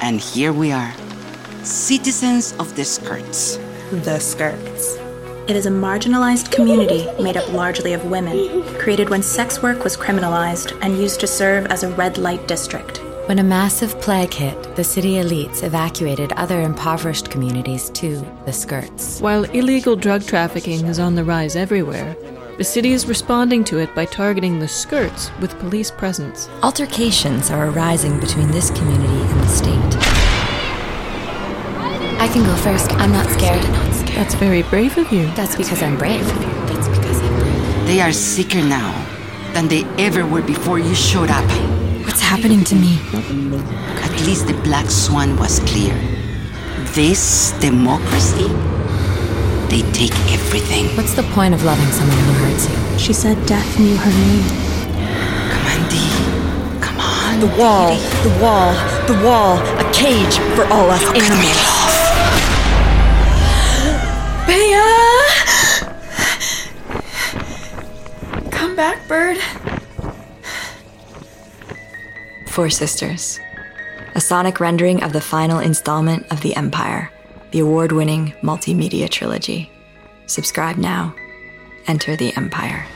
And here we are, citizens of the skirts. The skirts. It is a marginalized community made up largely of women, created when sex work was criminalized and used to serve as a red light district. When a massive plague hit, the city elites evacuated other impoverished communities to the skirts. While illegal drug trafficking is on the rise everywhere, the city is responding to it by targeting the skirts with police presence. Altercations are arising between this community and the state. I can go first. I'm not scared. That's very brave of you. That's because I'm brave. They are sicker now than they ever were before you showed up. What's happening to me? At least the black swan was clear. This democracy, they take everything. What's the point of loving someone who hurts you? She said death knew her name. Come on, Dee. Come on. The wall, the wall, the wall, a cage for all us Look at me, animals. love. Come back, bird. Four Sisters. A sonic rendering of the final installment of The Empire, the award winning multimedia trilogy. Subscribe now. Enter the Empire.